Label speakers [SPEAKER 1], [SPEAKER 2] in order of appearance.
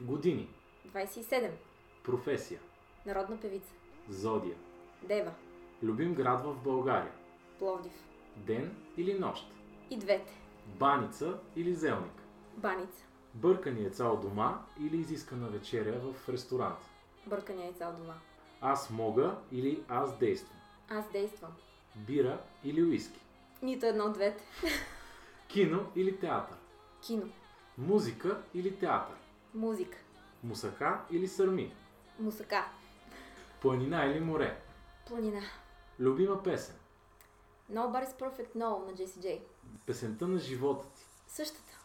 [SPEAKER 1] Години.
[SPEAKER 2] 27.
[SPEAKER 1] Професия.
[SPEAKER 2] Народна певица.
[SPEAKER 1] Зодия.
[SPEAKER 2] Дева.
[SPEAKER 1] Любим град в България.
[SPEAKER 2] Пловдив.
[SPEAKER 1] Ден или нощ.
[SPEAKER 2] И двете.
[SPEAKER 1] Баница или зелник.
[SPEAKER 2] Баница.
[SPEAKER 1] Бъркани яйца от дома или изискана вечеря в ресторант.
[SPEAKER 2] Бъркани яйца от дома.
[SPEAKER 1] Аз мога или аз действам.
[SPEAKER 2] Аз действам.
[SPEAKER 1] Бира или уиски.
[SPEAKER 2] Нито едно от двете.
[SPEAKER 1] Кино или театър.
[SPEAKER 2] Кино.
[SPEAKER 1] Музика или театър.
[SPEAKER 2] Музика.
[SPEAKER 1] Мусака или сърми.
[SPEAKER 2] Мусака.
[SPEAKER 1] Планина или море.
[SPEAKER 2] Планина.
[SPEAKER 1] Любима песен.
[SPEAKER 2] Nobody's Perfect No на JCJ.
[SPEAKER 1] Песента на живота ти.
[SPEAKER 2] Същата.